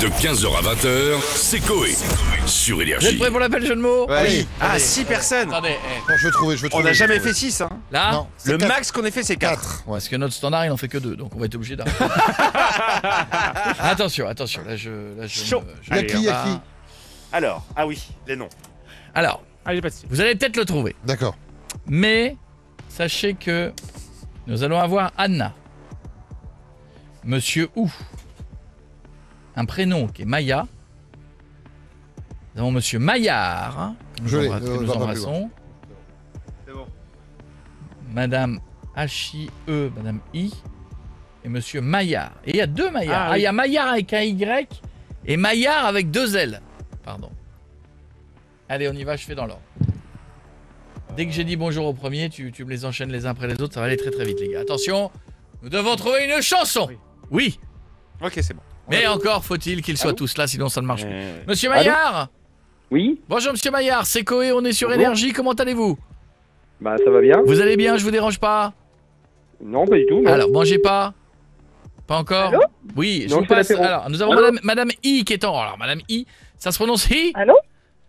De 15h à 20h, c'est Coé. Sur Vous êtes Énergie. prêts pour l'appel jeu de mots Ouais. Allez, Allez. Ah, 6 personnes Attendez, eh, bon, je veux trouver, je veux On trouver. n'a je jamais veux fait 6, hein là Non, c'est Le quatre. max qu'on ait fait, c'est 4. trouver. Quatre, ouais. Parce que notre standard, il en fait que deux, donc on va être obligé d'arrêter. attention, attention, là je... Là, je Chaud. me- je- Y'a Allez, qui, on y'a va- qui Alors, ah oui, les noms. Alors, Allez, pas de style. vous allez peut-être le trouver, D'accord. mais sachez que nous allons avoir Anna, Monsieur Ou, un prénom qui est Maya, nous avons Monsieur Maillard, hein, que nous, Je l'ai, embrasse- que euh, nous va pas plus embrassons, C'est bon. Madame H-I-E, Madame I, et Monsieur Maillard. Et il y a deux Maillards. Ah, Ah, il oui. y a Maillard avec un Y et Maillard avec deux L. Pardon. Allez, on y va, je fais dans l'ordre. Dès que j'ai dit bonjour au premier, tu, tu me les enchaînes les uns après les autres, ça va aller très très vite, les gars. Attention, nous devons trouver une chanson. Oui. Oui, Ok, c'est bon. mais encore faut-il qu'ils soient tous là, sinon ça ne marche pas. Euh, Monsieur Maillard Oui, Bonjour Monsieur Maillard, c'est Coé, on est sur Bonjour. Énergie, comment allez-vous bah ça va bien. Vous allez bien, je vous dérange pas Non, pas du tout. non. Alors, mangez pas. Pas encore. Allô oui, je Non, vous c'est passe. l'apéro. Alors, nous avons Allô madame, madame I qui est en. Alors, madame I, ça se prononce I Allô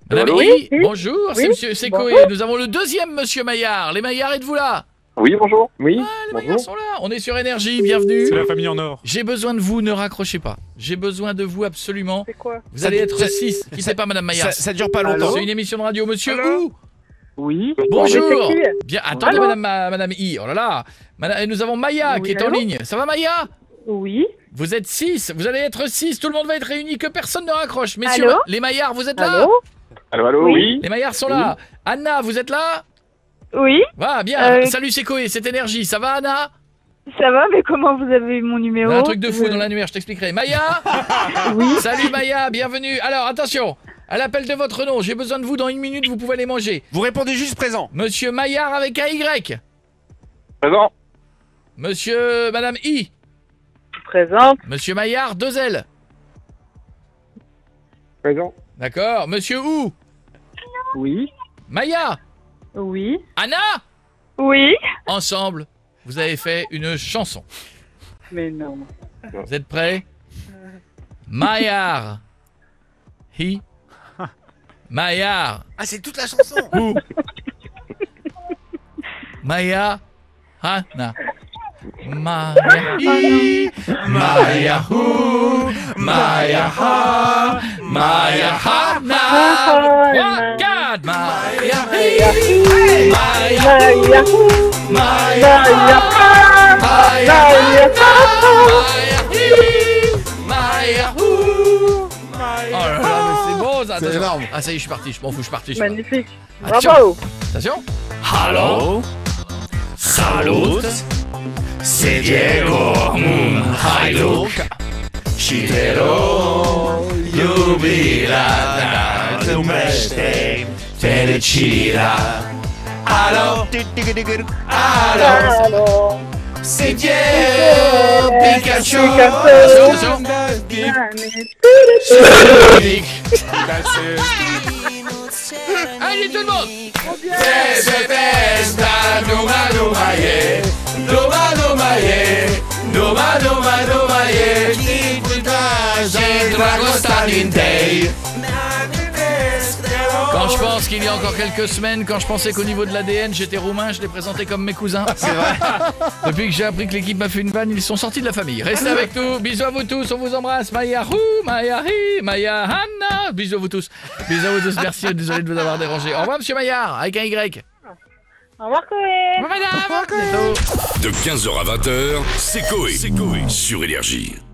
Madame Allô I, Oui, oui. bonjour, c'est Oui, monsieur c'est Coé. bonjour. Nous avons le deuxième monsieur Maillard. Les Maillards, êtes-vous là Oui, bonjour. Oui, Ah, Les Maillards bonjour. sont là. On est sur Énergie, bienvenue. C'est la famille en or. J'ai besoin de vous, ne raccrochez pas. J'ai besoin de vous absolument. C'est quoi Vous Ça- allez être ça- 6. Qui c'est pas, madame Ça, Maillard ça dure pas longtemps. Allô C'est une émission de radio, monsieur Allô Hou. Oui. Bonjour. Mais c'est Bien, attendez, Allô madame, ma- madame I. Oh là là. Madame- et nous avons Maya Oui, qui est en allô ligne. Ça va, Maya Oui. Vous êtes 6, vous allez être 6, tout le monde va être réuni, que personne ne raccroche. Messieurs, Allô les Maillards, vous êtes là Allô Allô, allô, oui. Oui. Les Maillards sont là. Anna, vous êtes là Oui, Va, bien. Euh, Salut, c'est Coé, c'est Énergie. Ça va, Anna ça va, mais comment vous avez eu mon numéro Un truc de fou Euh, dans l'annuaire, je t'expliquerai. Maya Salut, Maya, bienvenue. Alors, attention, à l'appel de votre nom, j'ai besoin de vous dans une minute, vous pouvez aller manger. Vous répondez juste présent. Monsieur Maillard avec un Y. Présent. Monsieur, Madame I. Présente. Monsieur Maillard, deux L. Présent. D'accord. Monsieur Ou. Oui. Maya. Oui. Anna Oui. Ensemble, vous avez fait une chanson. Mais non. Vous êtes prêts Maillard. Hi. Maillard. Ah, c'est toute la chanson. Ou. Maya. Hana. Maya. Hi. Maya. Hu. Maya. Ha. Maya. Hana. Trois, quatre. Oh, Maya. Hi. Maya. Ah, il y a- Bah, Maya. Maya. Maya. Hi. Maya. Hu. Oh là là, mais c'est bon ça C'est attention. énorme. Ah ça y est, je suis parti, je m'en fous, je suis parti. Je suis parti. Magnifique. Attention. Bravo. Attention Allô Salut C'est Diego Mm, Alors, Ah, Alors, c'est Ah, Pikachu. Attention, attention Allez Ah, tout le monde Quand je pense qu'il y a encore quelques semaines, quand je pensais qu'au niveau de l'ADN, j'étais roumain, je les présentais comme mes cousins. C'est vrai. Depuis que j'ai appris que l'équipe m'a fait une vanne, ils sont sortis de la famille. Restez avec nous. Bisous à vous tous. On vous embrasse. Maya Rou, Maya Hi, Maya Hanna. Bisous à vous tous. Bisous à vous tous. Merci. Désolé de vous avoir dérangé. Au revoir, monsieur Maillard, avec un Y. Au revoir, Coé. Au revoir, madame. Bisous. De 15h à 20h, c'est Coé. Sur Énergie.